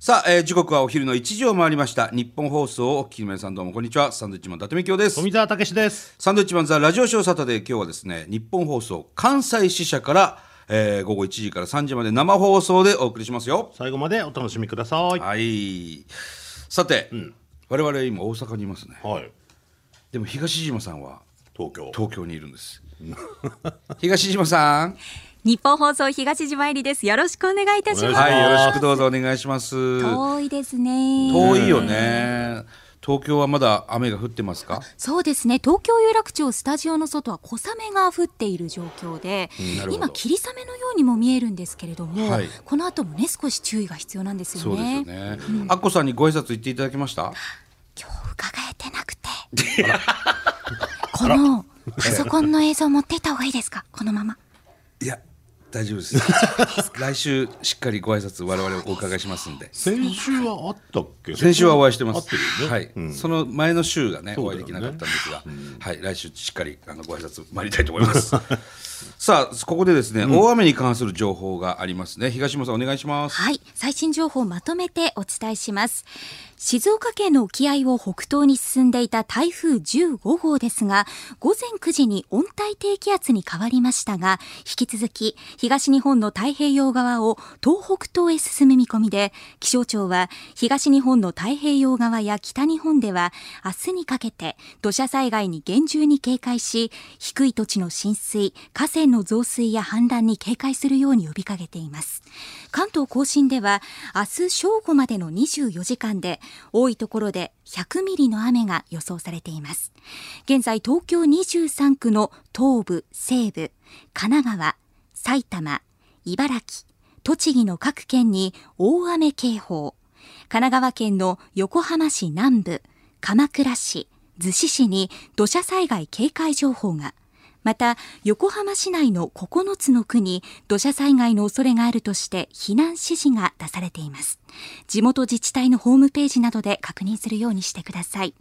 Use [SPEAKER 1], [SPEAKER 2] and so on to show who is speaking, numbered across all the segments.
[SPEAKER 1] さあ、えー時刻はお昼の1時を回りました日本放送をお聞きの皆さんどうもこんにちはサンドウィッチマン伊達美京です
[SPEAKER 2] 富澤たけしです。
[SPEAKER 1] サンドウィッチマンザラジオショーサタデー今日はですね日本放送関西支社から、えー午後1時から3時まで生放送でお送りしますよ
[SPEAKER 2] 最後までお楽しみください。
[SPEAKER 1] はいさて、我々今大阪にいますね
[SPEAKER 2] はい。
[SPEAKER 1] でも東島さんは
[SPEAKER 2] 東京。
[SPEAKER 1] 東京にいるんです 東島さん
[SPEAKER 3] 日本放送東島入りです。よろしくお願いいたし
[SPEAKER 2] お
[SPEAKER 3] ます。
[SPEAKER 2] 願
[SPEAKER 1] はいよ
[SPEAKER 2] します
[SPEAKER 1] ろしくどうぞお願いします
[SPEAKER 3] 遠いですね。
[SPEAKER 1] 遠いよね東京はまだ雨が降ってますか
[SPEAKER 3] そうですね。東京有楽町スタジオの外は小雨が降っている状況で、今霧雨のようにも見えるんですけれども、
[SPEAKER 1] はい
[SPEAKER 3] この後もね少し注意が必要なんですよね。
[SPEAKER 1] そうですよね、アッコさんにご挨拶言っていただきました
[SPEAKER 3] 今日伺えてなくて。 このパソコンの映像持っていった方がいいですか？このまま。
[SPEAKER 1] いや大丈夫です 来週しっかりご挨拶我々お伺いしますんで
[SPEAKER 2] 先週はあったっけ？
[SPEAKER 1] 先週はお会いしてます
[SPEAKER 2] あってるよね。
[SPEAKER 1] はいその前の週がねお会いできなかったんですが、
[SPEAKER 2] そ
[SPEAKER 1] はい来週しっかりあのご挨拶参りたいと思います さあここでですね、大雨に関する情報がありますね東山さんお願いします
[SPEAKER 3] はい、最新情報をまとめてお伝えします。静岡県の沖合を北東に進んでいた台風15号ですが、午前9時に温帯低気圧に変わりましたが、引き続き東日本の太平洋側を東北東へ進む見込みで、気象庁は東日本の太平洋側や北日本では明日にかけて土砂災害に厳重に警戒し、低い土地の浸水、河川の増水や氾濫に警戒するように呼びかけています。関東甲信では明日正午までの24時間で多いところで100ミリの雨が予想されています現在東京23区の東部西部神奈川埼玉茨城栃木の各県に大雨警報神奈川県の横浜市南部鎌倉市逗子市に土砂災害警戒情報がまた横浜市内の9つの区に土砂災害の恐れがあるとして避難指示が出されています地元自治体のホームページなどで確認するようにしてください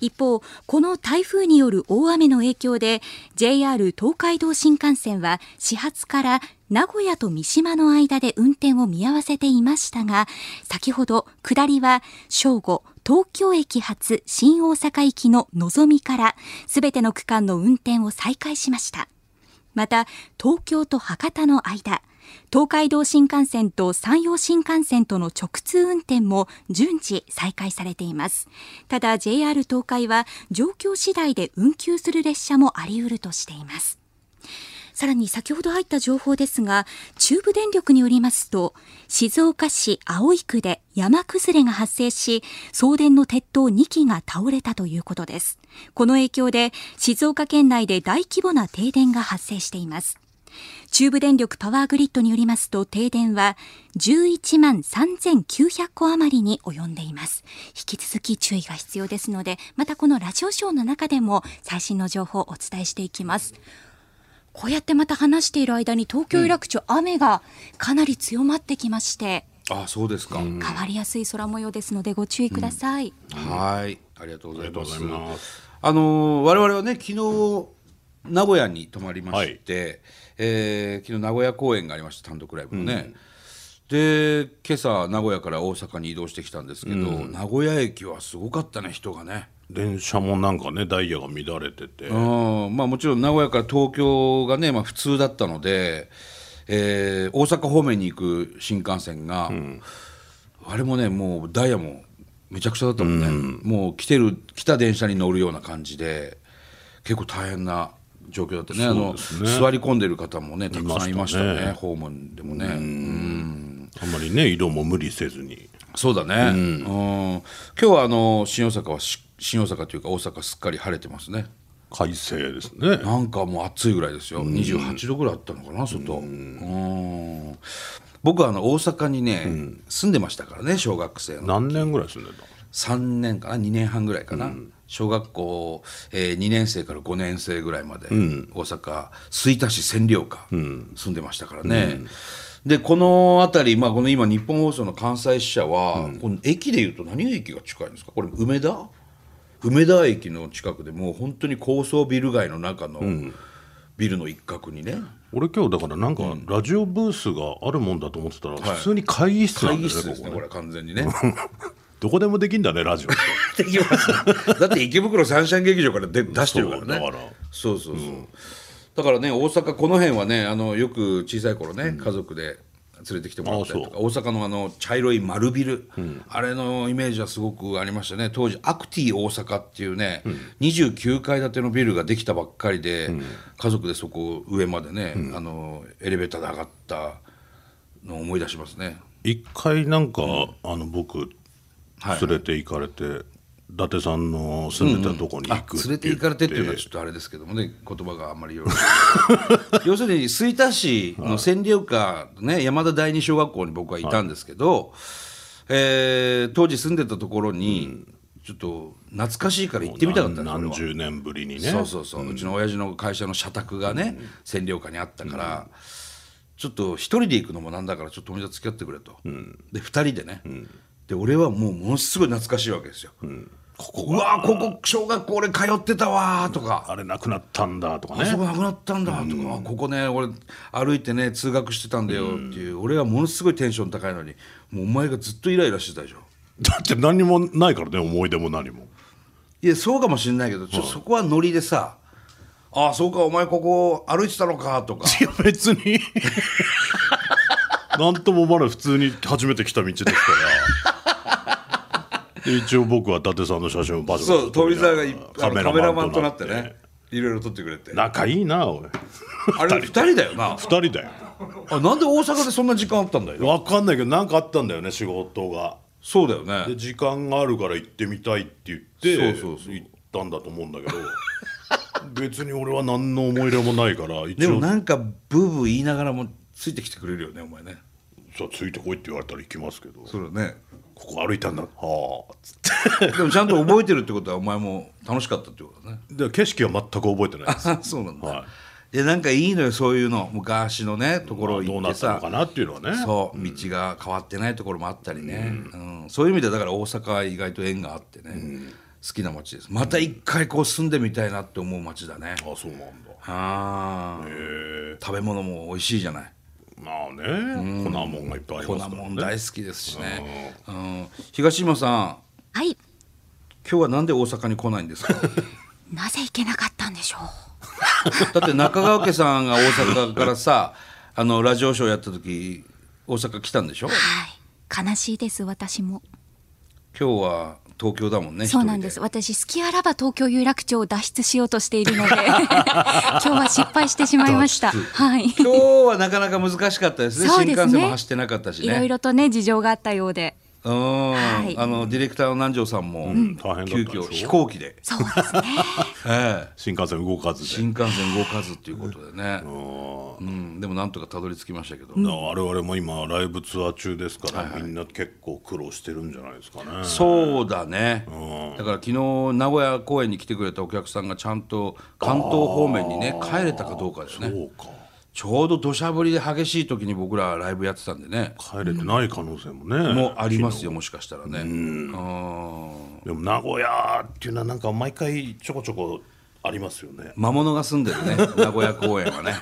[SPEAKER 3] 一方この台風による大雨の影響で JR 東海道新幹線は始発から名古屋と三島の間で運転を見合わせていましたが先ほど下りは正午東京駅発新大阪行きののぞみからすべての区間の運転を再開しましたまた東京と博多の間東海道新幹線と山陽新幹線との直通運転も順次再開されていますただ JR 東海は状況次第で運休する列車もあり得るとしていますさらに先ほど入った情報ですが、中部電力によりますと、静岡市葵区で山崩れが発生し、送電の鉄塔2基が倒れたということです。この影響で、静岡県内で大規模な停電が発生しています。中部電力パワーグリッドによりますと停電は11万3900戸余りに及んでいます引き続き注意が必要ですのでまたこのラジオショーの中でも最新の情報をお伝えしていきますこうやってまた話している間に東京有楽町、雨がかなり強まってきまして
[SPEAKER 1] あそうですか、
[SPEAKER 3] 変わりやすい空模様ですのでご注意ください、
[SPEAKER 1] はいありがとうございます
[SPEAKER 2] ありがとうございます
[SPEAKER 1] あのー我々はね昨日名古屋に泊まりまして、えー昨日名古屋公演がありました単独ライブのね、で今朝名古屋から大阪に移動してきたんですけど、名古屋駅はすごかったね人がね、
[SPEAKER 2] 電車もなんかねダイヤが乱れてて。
[SPEAKER 1] うんまあ、もちろん名古屋から東京がね、まあ、普通だったので、えー大阪方面に行く新幹線が、あれもねもうダイヤもめちゃくちゃだったもんね、もう来てる来た電車に乗るような感じで結構大変な状況だったねあの
[SPEAKER 2] そうですね
[SPEAKER 1] 座り込んでる方もねたくさんいましたね
[SPEAKER 2] いましたね
[SPEAKER 1] ホームでもね。
[SPEAKER 2] あんまりね移動も無理せずに。
[SPEAKER 1] そうだね、うん、今日はあの新大阪はし新大阪というか大阪すっかり晴れてますね。
[SPEAKER 2] 快晴ですね。
[SPEAKER 1] なんかもう暑いぐらいですよ、28度ぐらいあったのかな、外。うん僕はあの大阪にね、住んでましたからね、小学生の。
[SPEAKER 2] 何年ぐらい住んで
[SPEAKER 1] 3年かな、2年半ぐらいかな、小学校、え2年生から5年生ぐらいまで、大阪、吹田市占領下、住んでましたからね。でこの辺り、まあ、この今、日本放送の関西支社は、この駅でいうと、何駅が近いんですか、これ、梅田梅田駅の近くでもう本当に高層ビル街の中のビルの一角にね、
[SPEAKER 2] 俺今日だからなんかラジオブースがあるもんだと思ってたら普通に会議室な
[SPEAKER 1] 会
[SPEAKER 2] んで
[SPEAKER 1] 議
[SPEAKER 2] す
[SPEAKER 1] 室
[SPEAKER 2] ね,、
[SPEAKER 1] ですねこ
[SPEAKER 2] ここね
[SPEAKER 1] れ完全にね
[SPEAKER 2] どこでもできんだねラジオって
[SPEAKER 1] できます だって池袋サンシャイン劇場からで出してるからね
[SPEAKER 2] そうだから
[SPEAKER 1] そうそうそう、だからね大阪この辺はねあのよく小さい頃ね、家族で連れてきてもらったりとか
[SPEAKER 2] あ
[SPEAKER 1] 大阪のあの茶色い丸ビル、あれのイメージはすごくありましたね当時アクティ大阪っていうね、29階建てのビルができたばっかりで、家族でそこ上までね、あのエレベーターで上がったのを思い出しますね
[SPEAKER 2] 一回なんか、あの僕
[SPEAKER 1] はい
[SPEAKER 2] 連れて行かれて、伊達さんの住んでたとこに行
[SPEAKER 1] あ
[SPEAKER 2] くって
[SPEAKER 1] 連れて
[SPEAKER 2] 言
[SPEAKER 1] 行
[SPEAKER 2] って,、
[SPEAKER 1] かれてっていうのはちょっとあれですけどもね言葉があんまりよろし く要するに吹田市の占領下、ね、山田第二小学校に僕はいたんですけど、えー当時住んでたところに、ちょっと懐かしいから行ってみたかったんです俺
[SPEAKER 2] 何
[SPEAKER 1] は
[SPEAKER 2] 十年ぶりにね
[SPEAKER 1] そうそうそう、うちの親父の会社の社宅がね、占領下にあったから、ちょっと一人で行くのもなんだからちょっと友達付き合ってくれと、で二人でね、で俺はもうものすごい懐かしいわけですよ、
[SPEAKER 2] こ
[SPEAKER 1] う
[SPEAKER 2] こが
[SPEAKER 1] わーここ小学校俺通ってたわーとか、
[SPEAKER 2] あれなくなったんだとか
[SPEAKER 1] あそ
[SPEAKER 2] ね
[SPEAKER 1] こなくなったんだとか、あここね俺歩いてね通学してたんだよっていう、俺はものすごいテンション高いのにもうお前がずっとイライラしてたでしょ
[SPEAKER 2] だって何にもないからね思い出も何も
[SPEAKER 1] いやそうかもしれないけどちょ、そこはノリでさ「ああそうかお前ここ 歩いてたのか」とか
[SPEAKER 2] いや別に なんともまだ普通に初めて来た道ですからで一応僕は伊達さんの写真をバズ
[SPEAKER 1] そう富澤がいあのカメラマンとな
[SPEAKER 2] っ
[SPEAKER 1] って
[SPEAKER 2] て
[SPEAKER 1] ねいろいろ撮ってくれて
[SPEAKER 2] 仲いいなおい
[SPEAKER 1] あれ二人だよな
[SPEAKER 2] 2人だよ
[SPEAKER 1] あなんで大阪でそんな時間あったんだよ
[SPEAKER 2] 分かんないけど何かあったんだよね仕事が
[SPEAKER 1] そうだよ
[SPEAKER 2] で
[SPEAKER 1] ね
[SPEAKER 2] 時間があるから行ってみたいって言って
[SPEAKER 1] そうそうそう
[SPEAKER 2] 行ったんだと思うんだけど 別に俺は何の思い入れもないから一
[SPEAKER 1] でも
[SPEAKER 2] 応
[SPEAKER 1] なんかブーブー言いながらもついてきてくれるよねお前ね
[SPEAKER 2] さついてこいって言われたら行きますけどこ
[SPEAKER 1] そうだね
[SPEAKER 2] こ歩いたんだはあつって
[SPEAKER 1] でもちゃんと覚えてるってことはお前も楽しかったってこと だね
[SPEAKER 2] で景色は全く覚えてないです
[SPEAKER 1] あそうなんだ、、
[SPEAKER 2] はい
[SPEAKER 1] やなんかいいのよそういうの昔のねところ
[SPEAKER 2] ど
[SPEAKER 1] 行
[SPEAKER 2] う
[SPEAKER 1] っ
[SPEAKER 2] な
[SPEAKER 1] て
[SPEAKER 2] った
[SPEAKER 1] さ
[SPEAKER 2] の、かなっていうのはね
[SPEAKER 1] そう道が変わってないところもあったりね、うんそういう意味ではだから大阪は意外と縁があってね、好きな街ですまた一回こう住んでみたいなって思う街だね、
[SPEAKER 2] あそうなんだ
[SPEAKER 1] ああ
[SPEAKER 2] へえ
[SPEAKER 1] 食べ物も美味しいじゃない
[SPEAKER 2] まあね粉もんがいっぱいあり
[SPEAKER 1] 粉
[SPEAKER 2] ますから
[SPEAKER 1] もん
[SPEAKER 2] ね
[SPEAKER 1] 大好きですしね、うん、東島さん
[SPEAKER 3] はい
[SPEAKER 1] 今日はなんで大阪に来ないんですか
[SPEAKER 3] なぜ行けなかったんでしょう
[SPEAKER 1] だって中川家さんが大阪からさあのラジオショーやった時大阪来たんでしょ
[SPEAKER 3] はい悲しいです私も
[SPEAKER 1] 今日は東京だもんね
[SPEAKER 3] そうなんで
[SPEAKER 1] 一
[SPEAKER 3] す
[SPEAKER 1] 人
[SPEAKER 3] 私隙あらば東京有楽町を脱出しようとしているの で今日は失敗してしまいましたはい
[SPEAKER 1] 今日はなかなか難しかったですね
[SPEAKER 3] そうで
[SPEAKER 1] 新
[SPEAKER 3] すね
[SPEAKER 1] 幹線も走ってなかったしね
[SPEAKER 3] いろいろとね事情があったようで
[SPEAKER 1] うん、
[SPEAKER 3] はい
[SPEAKER 1] あのディレクターの南條さんも、
[SPEAKER 2] 大変だった
[SPEAKER 1] 急
[SPEAKER 2] でしょ
[SPEAKER 1] 遽飛行機で、
[SPEAKER 3] そうで すね
[SPEAKER 1] ええ
[SPEAKER 2] 新幹線動かずで
[SPEAKER 1] 新幹線動かずっていうことでね、うん、でもなんとかたどり着きましたけど、
[SPEAKER 2] だから我々も今ライブツアー中ですから、みんな結構苦労してるんじゃないですかね
[SPEAKER 1] そうだね、だから昨日名古屋公演に来てくれたお客さんがちゃんと関東方面にね帰れたかどうかですね
[SPEAKER 2] そうか
[SPEAKER 1] ちょうど土砂降りで激しい時に僕らライブやってたんでね
[SPEAKER 2] 帰れてない可能性もね、
[SPEAKER 1] もうありますよもしかしたらねうん
[SPEAKER 2] でも名古屋っていうのはなんか毎回ちょこちょこありますよね
[SPEAKER 1] 魔物が住んでる ね名古屋公演はね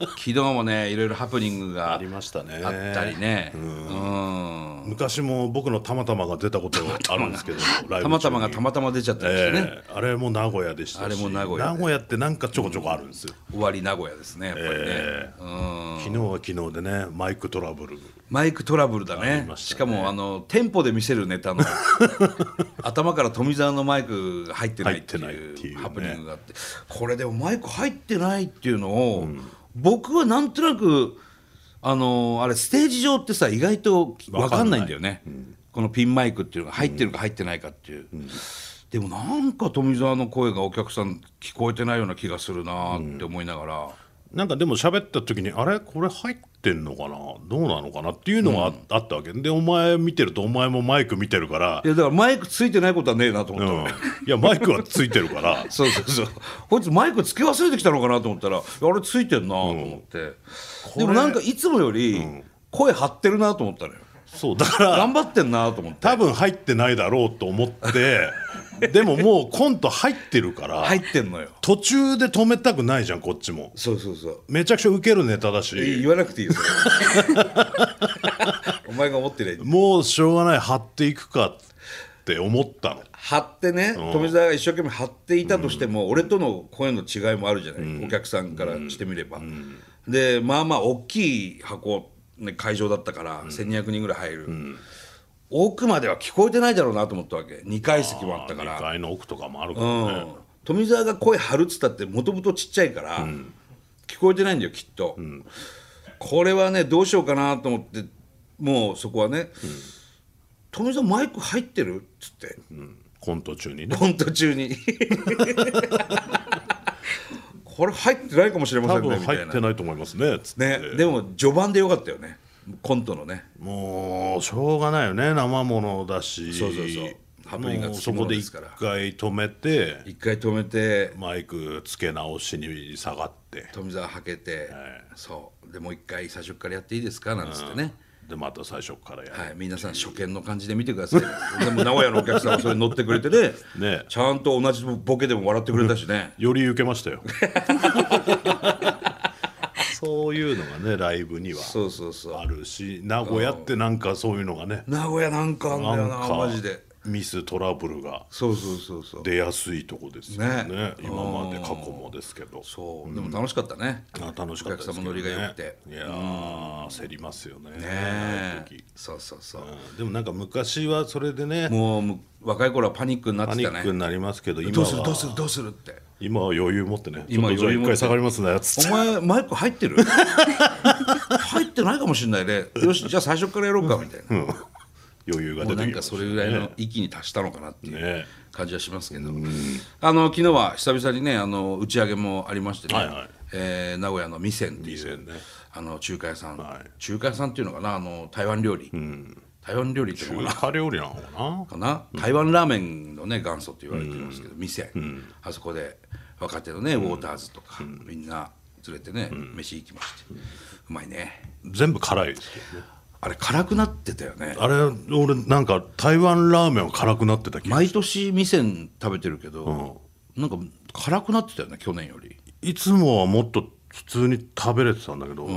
[SPEAKER 1] 昨日もねいろいろハプニングがあ
[SPEAKER 2] あ
[SPEAKER 1] っ
[SPEAKER 2] りましたね
[SPEAKER 1] たりねうん
[SPEAKER 2] 昔も僕のたまたまが出たことあるんですけ どライ
[SPEAKER 1] た
[SPEAKER 2] ブ中に
[SPEAKER 1] またまがたまたま出ちゃったりしてね
[SPEAKER 2] ええあれも名古屋でしたし
[SPEAKER 1] あれも名古屋で
[SPEAKER 2] ってなんかちょこちょこあるんですよ、
[SPEAKER 1] 終わり名古屋ですねやっぱりね、
[SPEAKER 2] ええ昨日は昨日でねマイクトラブル
[SPEAKER 1] マイクトラブルだね
[SPEAKER 2] りま
[SPEAKER 1] し
[SPEAKER 2] し
[SPEAKER 1] か
[SPEAKER 2] たね
[SPEAKER 1] もあの店舗で見せるネタ の頭から富澤のマイクが入ってないって
[SPEAKER 2] 入ってないって
[SPEAKER 1] い
[SPEAKER 2] いううね
[SPEAKER 1] ハプニングがあってこれでもマイク入ってないっていうのを、僕はなんとなくあのあれステージ上ってさ意外と分かんないんだよね、このピンマイクっていうのが入ってるか入ってないかっていう、でもなんか富澤の声がお客さん聞こえてないような気がするなって思いながら。
[SPEAKER 2] なんかでも喋った時にあれこれ入ってんのかなどうなのかなっていうのがああったわけでお前見てるとお前もマイク見てるから
[SPEAKER 1] い、やだからマイクついてないことはねえなと思っ
[SPEAKER 2] うん
[SPEAKER 1] た、、
[SPEAKER 2] いやマイクはついてるから
[SPEAKER 1] そうそうそう。こいつマイクつけ忘れてきたのかなと思ったら、あれついてんなと思って。でもなんかいつもより声張ってるなと思ったのよ。
[SPEAKER 2] そうだから
[SPEAKER 1] 頑張ってんなと思って
[SPEAKER 2] 多分入ってないだろうと思ってでももうコント入ってるから、
[SPEAKER 1] 入ってんのよ
[SPEAKER 2] 途中で止めたくないじゃんこっちも
[SPEAKER 1] そうそうそう
[SPEAKER 2] めちゃくちゃウケるネタだし
[SPEAKER 1] い言わなくていいよそれ お前が思ってない
[SPEAKER 2] もうしょうがない張っていくかって思ったの
[SPEAKER 1] 貼ってね富澤が一生懸命貼っていたとしても、俺との声の違いもあるじゃない、お客さんからしてみれば、でまあまあ大きい箱、ね、会場だったから、1200人ぐらい入る、奥までは聞こえてないだろうなと思ったわけ2階席もあったから
[SPEAKER 2] 2階の奥とかもあるか
[SPEAKER 1] う
[SPEAKER 2] ら
[SPEAKER 1] ん
[SPEAKER 2] ね、
[SPEAKER 1] 富澤が声張るっつったってもともとちっちゃいから、聞こえてないんだよきっと、これはねどうしようかなと思ってもうそこはね「富澤マイク入ってる?」っつって
[SPEAKER 2] コント中にね
[SPEAKER 1] コント中にこれ入ってないかもしれま
[SPEAKER 2] 多
[SPEAKER 1] せんね
[SPEAKER 2] 分
[SPEAKER 1] みた
[SPEAKER 2] 入
[SPEAKER 1] い
[SPEAKER 2] って
[SPEAKER 1] な
[SPEAKER 2] ないと思いますねつって
[SPEAKER 1] ねでも序盤でよかったよねコントのね
[SPEAKER 2] もうしょうがないよね生ものだし
[SPEAKER 1] そうそうそうハプニングが
[SPEAKER 2] もう
[SPEAKER 1] つき
[SPEAKER 2] そ
[SPEAKER 1] も
[SPEAKER 2] こ
[SPEAKER 1] の
[SPEAKER 2] で
[SPEAKER 1] です
[SPEAKER 2] 一
[SPEAKER 1] から
[SPEAKER 2] 回止めて
[SPEAKER 1] 一回止めて
[SPEAKER 2] マイクつけ直しに下がって
[SPEAKER 1] 富澤はけて、そうでもう一回最初からやっていいですかなんつってね、
[SPEAKER 2] でまた最初からやる、
[SPEAKER 1] はい、皆さん初見の感じで見てください。でも名古屋のお客さんはそれに乗ってくれてね、
[SPEAKER 2] ね
[SPEAKER 1] ちゃんと同じボケでも笑ってくれたしね。
[SPEAKER 2] より受けましたよそういうのがねライブには
[SPEAKER 1] そうそうそう。
[SPEAKER 2] あるし名古屋ってなんかそういうのがね
[SPEAKER 1] 名古屋なんかあんだ
[SPEAKER 2] な
[SPEAKER 1] よ
[SPEAKER 2] ん
[SPEAKER 1] な、
[SPEAKER 2] か
[SPEAKER 1] マジで。
[SPEAKER 2] ミストラブルが
[SPEAKER 1] そうそうそうそう。
[SPEAKER 2] 出やすいとこですよね
[SPEAKER 1] ね
[SPEAKER 2] 今まで過去もですけど
[SPEAKER 1] そう、でも楽しかったね。
[SPEAKER 2] あ楽しかったですけど、ね、
[SPEAKER 1] お客様乗りが良くて。
[SPEAKER 2] いやー焦りますよねねあの
[SPEAKER 1] ねえ
[SPEAKER 2] 時、
[SPEAKER 1] そうそうそう。
[SPEAKER 2] うんでもなんか昔はそれでね
[SPEAKER 1] もうむ若い頃はパニックになっ
[SPEAKER 2] パ
[SPEAKER 1] て
[SPEAKER 2] ニ
[SPEAKER 1] た
[SPEAKER 2] ック
[SPEAKER 1] ね。
[SPEAKER 2] になりますけど今
[SPEAKER 1] どうするどう
[SPEAKER 2] は
[SPEAKER 1] するどうするって。
[SPEAKER 2] 今は余裕持ってね
[SPEAKER 1] 今
[SPEAKER 2] ちょっとじ
[SPEAKER 1] 余
[SPEAKER 2] ゃあ
[SPEAKER 1] 裕持
[SPEAKER 2] 一
[SPEAKER 1] って
[SPEAKER 2] 回下がりますねつっ
[SPEAKER 1] お
[SPEAKER 2] て
[SPEAKER 1] 前マイク入ってる 入ってないかもしれないね。よし、じゃあ最初からやろうかみたいな。
[SPEAKER 2] 余裕が
[SPEAKER 1] も
[SPEAKER 2] 出
[SPEAKER 1] う
[SPEAKER 2] て
[SPEAKER 1] な
[SPEAKER 2] き
[SPEAKER 1] ん
[SPEAKER 2] ま
[SPEAKER 1] か
[SPEAKER 2] し
[SPEAKER 1] それ
[SPEAKER 2] た
[SPEAKER 1] ぐらいの域に達したのかなっていう。
[SPEAKER 2] ね
[SPEAKER 1] 感じはしますけど、あの昨日は久々にねあの打ち上げもありましてね、
[SPEAKER 2] はいはい
[SPEAKER 1] えー名古屋のミセンって
[SPEAKER 2] 以
[SPEAKER 1] いう
[SPEAKER 2] 前ね
[SPEAKER 1] あの中華屋さん、
[SPEAKER 2] はい
[SPEAKER 1] 中華屋さんっていうのかなあの台湾料理、台湾料理っていうのかな
[SPEAKER 2] 中華料理なのかな
[SPEAKER 1] かな、台湾ラーメンのね元祖と言われてますけど、店、あそこで若手のねウォーターズとか、みんな連れてね、飯行きまして、うまいね
[SPEAKER 2] 全部辛いですけどね
[SPEAKER 1] あれ辛くなってたよね
[SPEAKER 2] あれ俺なんか台湾ラーメンは辛くなってた気が
[SPEAKER 1] 毎年店食べてるけど、なんか辛くなってたよね去年より
[SPEAKER 2] いつもはもっと普通に食べれてたんだけど、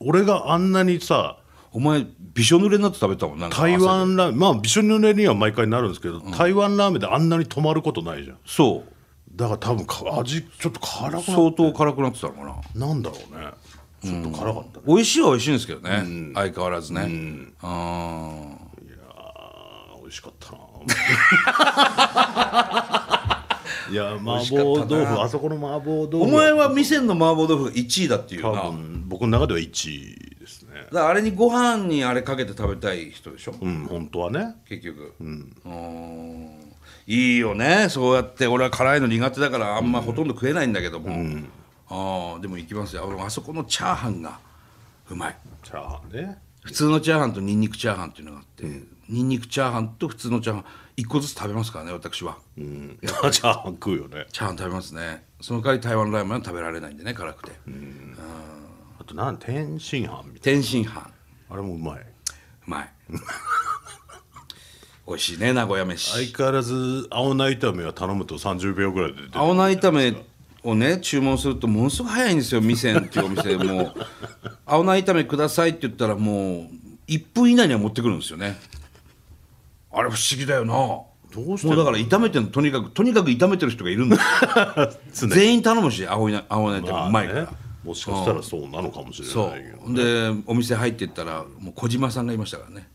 [SPEAKER 2] 俺があんなにさ
[SPEAKER 1] お前びしょ濡れになって食べたもんなんか
[SPEAKER 2] 台
[SPEAKER 1] 朝
[SPEAKER 2] 湾ラーメンまあびしょ濡れには毎回なるんですけど、台湾ラーメンであんなに止まることないじゃん
[SPEAKER 1] そう
[SPEAKER 2] だから多分か味ちょっと辛くな
[SPEAKER 1] 相当辛くなってたのかな
[SPEAKER 2] なんだろうねちょっと辛かったね、
[SPEAKER 1] 美味しいは美味しいんですけどね、相変わらずね、あー
[SPEAKER 2] あー美味し かったないや麻
[SPEAKER 1] しかったな
[SPEAKER 2] 婆豆腐あそこの麻婆豆腐
[SPEAKER 1] お前は店の麻婆豆腐が1位だっていうな
[SPEAKER 2] 多
[SPEAKER 1] だか
[SPEAKER 2] 分僕の中では1位ですね
[SPEAKER 1] らあれにご飯にあれかけて食べたい人でしょ、
[SPEAKER 2] うん本当はね
[SPEAKER 1] 結局うーんいいよねそうやって俺は辛いの苦手だからあんまほとんど食えないんだけども、あーでも行きますよああそこのチャーハンがうまい
[SPEAKER 2] チャーハンね
[SPEAKER 1] 普通のチャーハンとニンニクチャーハンっていうのがあって、ニンニクチャーハンと普通のチャーハン一個ずつ食べますからね私は、
[SPEAKER 2] うん チャーハン食うよね
[SPEAKER 1] チャーハン食べますねその代わり台湾ラーメンは食べられないんでね辛くて、
[SPEAKER 2] あとなん天津飯みたいな
[SPEAKER 1] 天津飯
[SPEAKER 2] あれもうまいう
[SPEAKER 1] まい美味しいね名古屋
[SPEAKER 2] 相
[SPEAKER 1] 飯
[SPEAKER 2] 変わらず青菜炒めは頼むと30秒ぐらいで出て
[SPEAKER 1] 青菜炒めをね注文するとものすごく早いんですよ店っていうお店も う青菜炒めくださいって言ったらもう1分以内には持ってくるんですよねあれ不思議だよな
[SPEAKER 2] どうしてん
[SPEAKER 1] もう
[SPEAKER 2] の
[SPEAKER 1] だから炒めてるのとにかくとにかく炒めてる人がいるんだよ 全員頼むし青いな青菜って
[SPEAKER 2] まあ
[SPEAKER 1] うまいから、
[SPEAKER 2] ねもしかしたらそうなのかもしれ
[SPEAKER 1] そ
[SPEAKER 2] ないけど
[SPEAKER 1] うでお店入ってったらもう小島さんがいましたからね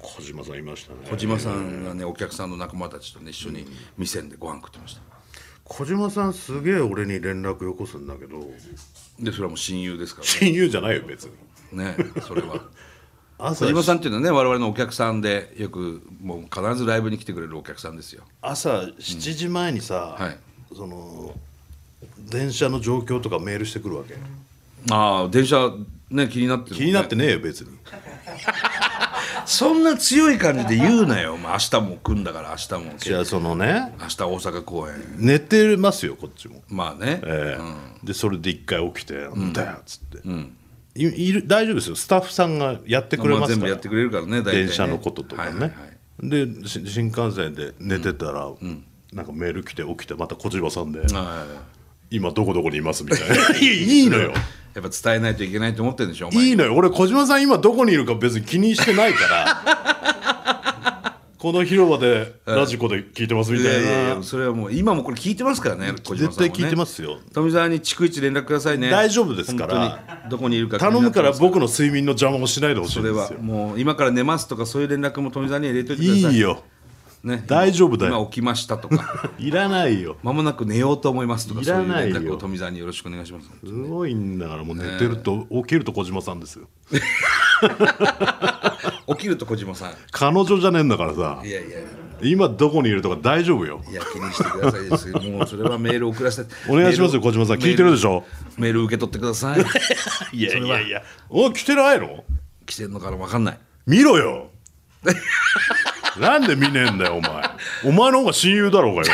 [SPEAKER 2] 小島さんいましたね
[SPEAKER 1] 小島さんがねお客さんの仲間たちとね一緒に店でご飯食ってました
[SPEAKER 2] 小島さんすげえ俺に連絡よこすんだけど
[SPEAKER 1] でそれはもう親友ですか
[SPEAKER 2] 親友じゃないよ別に
[SPEAKER 1] らねそれは
[SPEAKER 2] 朝
[SPEAKER 1] 小島さんっていうのはね我々のお客さんでよくもう必ずライブに来てくれるお客さんですよ
[SPEAKER 2] 朝7時前にさ、
[SPEAKER 1] はい
[SPEAKER 2] その電車の状況とかメールしてくるわけ
[SPEAKER 1] ああ電車ね気になってるもんね、
[SPEAKER 2] 気になってねえよ別に
[SPEAKER 1] そんな強い感じで言うなよ、まあ、明日も来んだから明日も
[SPEAKER 2] じゃあそのね
[SPEAKER 1] 明日大阪公演
[SPEAKER 2] 寝てますよこっちも
[SPEAKER 1] まあね、
[SPEAKER 2] ええでそれで一回起きて「なんだよ」っつって、いいる大丈夫ですよスタッフさんがやってくれ
[SPEAKER 1] ま
[SPEAKER 2] ま
[SPEAKER 1] あ
[SPEAKER 2] す
[SPEAKER 1] 全部
[SPEAKER 2] から
[SPEAKER 1] やってくれるからね大体ね
[SPEAKER 2] 電車のこととかね、
[SPEAKER 1] はいはいは
[SPEAKER 2] でし新幹線で寝てたら、なんかメール来て起きてまた小島さんで
[SPEAKER 1] は
[SPEAKER 2] 「今どこどこにいます」み たいな「いやいいのよ
[SPEAKER 1] いやっぱ伝えないといけないと思ってるんでしょお前
[SPEAKER 2] いいのよ俺小島さん今どこにいるか別に気にしてないから この広場でラジコで聞いてますみ
[SPEAKER 1] い
[SPEAKER 2] た
[SPEAKER 1] や
[SPEAKER 2] い
[SPEAKER 1] い
[SPEAKER 2] な、
[SPEAKER 1] やいやそれはもう今もこれ聞いてますからね小島
[SPEAKER 2] 絶
[SPEAKER 1] さんもね
[SPEAKER 2] 対聞いてますよ
[SPEAKER 1] 富澤に逐一連絡くださいね
[SPEAKER 2] 大丈夫ですから
[SPEAKER 1] 本当にどこにいるか気にな
[SPEAKER 2] 頼
[SPEAKER 1] ってま
[SPEAKER 2] む
[SPEAKER 1] す
[SPEAKER 2] から僕の睡眠の邪魔をしないでほしい
[SPEAKER 1] そ
[SPEAKER 2] ん
[SPEAKER 1] れ
[SPEAKER 2] で
[SPEAKER 1] は
[SPEAKER 2] すよ
[SPEAKER 1] もう今から寝ますとかそういう連絡も富澤には入れといてください
[SPEAKER 2] いいよ
[SPEAKER 1] ね
[SPEAKER 2] 大丈夫だよ
[SPEAKER 1] 今起きましたと か
[SPEAKER 2] いらないよ
[SPEAKER 1] 間もなく寝ようと思いますとか
[SPEAKER 2] いらないよ
[SPEAKER 1] そういう連絡を富澤によろしくお願いします
[SPEAKER 2] すごいんだからもう寝てると、起きると小島さんですよ
[SPEAKER 1] 起きると小島さん
[SPEAKER 2] 彼女じゃねえんだからさ
[SPEAKER 1] いやいや
[SPEAKER 2] 今どこにいるとか大丈夫よ
[SPEAKER 1] いや気にしてくださいです よもうそれはメール送らせて
[SPEAKER 2] お願いしますよ
[SPEAKER 1] メール
[SPEAKER 2] 小島さん聞いてるでしょ
[SPEAKER 1] メール受け取ってください
[SPEAKER 2] いやいやいやお来てないの
[SPEAKER 1] 来てんのかな分かんない
[SPEAKER 2] 見ろよ なんで見ねえんだよお前お前の方が親友だろうがよ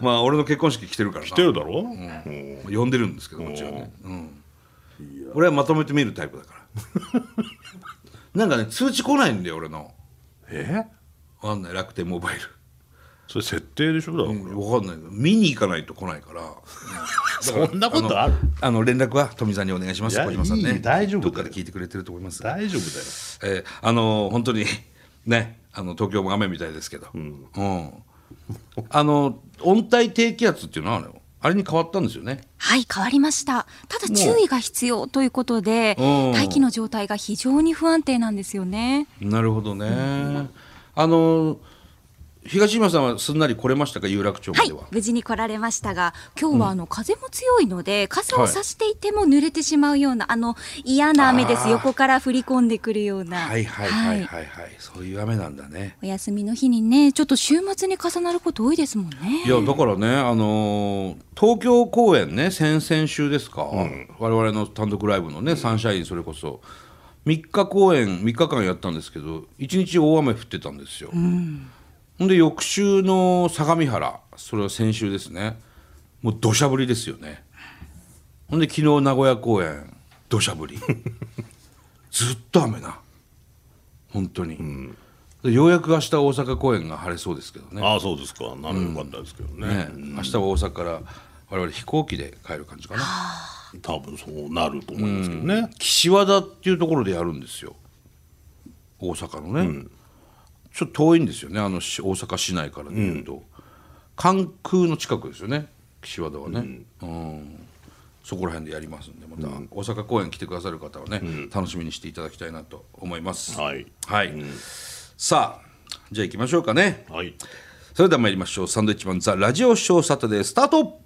[SPEAKER 1] まあ俺の結婚式来てるからな
[SPEAKER 2] 来てるだろ、うん
[SPEAKER 1] 呼んでるんですけどもちろんね、うん、俺はまとめて見るタイプだから なんかね通知来ないんだよ俺の
[SPEAKER 2] え
[SPEAKER 1] わかんない楽天モバイル
[SPEAKER 2] それ設定でしょだろ、
[SPEAKER 1] わかんない見に行かないと来ないから
[SPEAKER 2] そんなこと ある
[SPEAKER 1] あの連絡は富澤にお願いします
[SPEAKER 2] いや
[SPEAKER 1] 小島さん
[SPEAKER 2] い
[SPEAKER 1] ね
[SPEAKER 2] い大丈夫だ
[SPEAKER 1] ど
[SPEAKER 2] よ
[SPEAKER 1] っかで聞いてくれてると思います
[SPEAKER 2] 大丈夫だよ
[SPEAKER 1] えーあのー本当にねあの東京も雨みたいですけど、うんあの温帯低気圧っていうのはあれあれに変わったんですよね
[SPEAKER 3] はい、変わりました。ただ注意が必要ということで、
[SPEAKER 1] うん
[SPEAKER 3] 大気の状態が非常に不安定なんですよね。
[SPEAKER 1] なるほどね、あのー東島さんはすんなり来れましたか有楽町ま
[SPEAKER 3] は
[SPEAKER 1] で
[SPEAKER 3] い
[SPEAKER 1] は、、
[SPEAKER 3] 無事に来られましたが、今日はあの、風も強いので、傘を差していても濡れてしまうような、あの嫌な雨で
[SPEAKER 1] あー
[SPEAKER 3] す。横から降り込んでくるような。
[SPEAKER 1] はい、はいはいはいはい、そういう雨なんだね
[SPEAKER 3] お休みの日にね、ちょっと週末に重なること多いですもん
[SPEAKER 1] い
[SPEAKER 3] ね。
[SPEAKER 1] やだからね、あのー東京公演ね先々週ですか、我々の単独ライブのねサンシャインそれこそ3日公演3日間やったんですけど1日大雨降ってたんですよ、ほんで翌週の相模原それは先週ですねもう土砂降りですよねほんで昨日名古屋公演土砂降りずっと雨な本当に、でようやく明日大阪公演が晴れそうですけどね
[SPEAKER 2] ああそうですかならよかったですけどね,、
[SPEAKER 1] ね、明日は大阪から我々飛行機で帰る感じかな
[SPEAKER 2] 多分そうなると思いますけどね、
[SPEAKER 1] 岸和田っていうところでやるんですよ大阪のね、ちょっと遠いんですよねあのし大阪市内からでいうと、関空の近くですよね岸和田はね、うんそこら辺でやりますんでまた大阪公演来てくださる方はね、楽しみにしていただきたいなと思います
[SPEAKER 2] はい
[SPEAKER 1] はいさあじゃあ行きましょうかね
[SPEAKER 2] はい
[SPEAKER 1] それでは参りましょうサンドイッチマンザラジオショーサタデースタート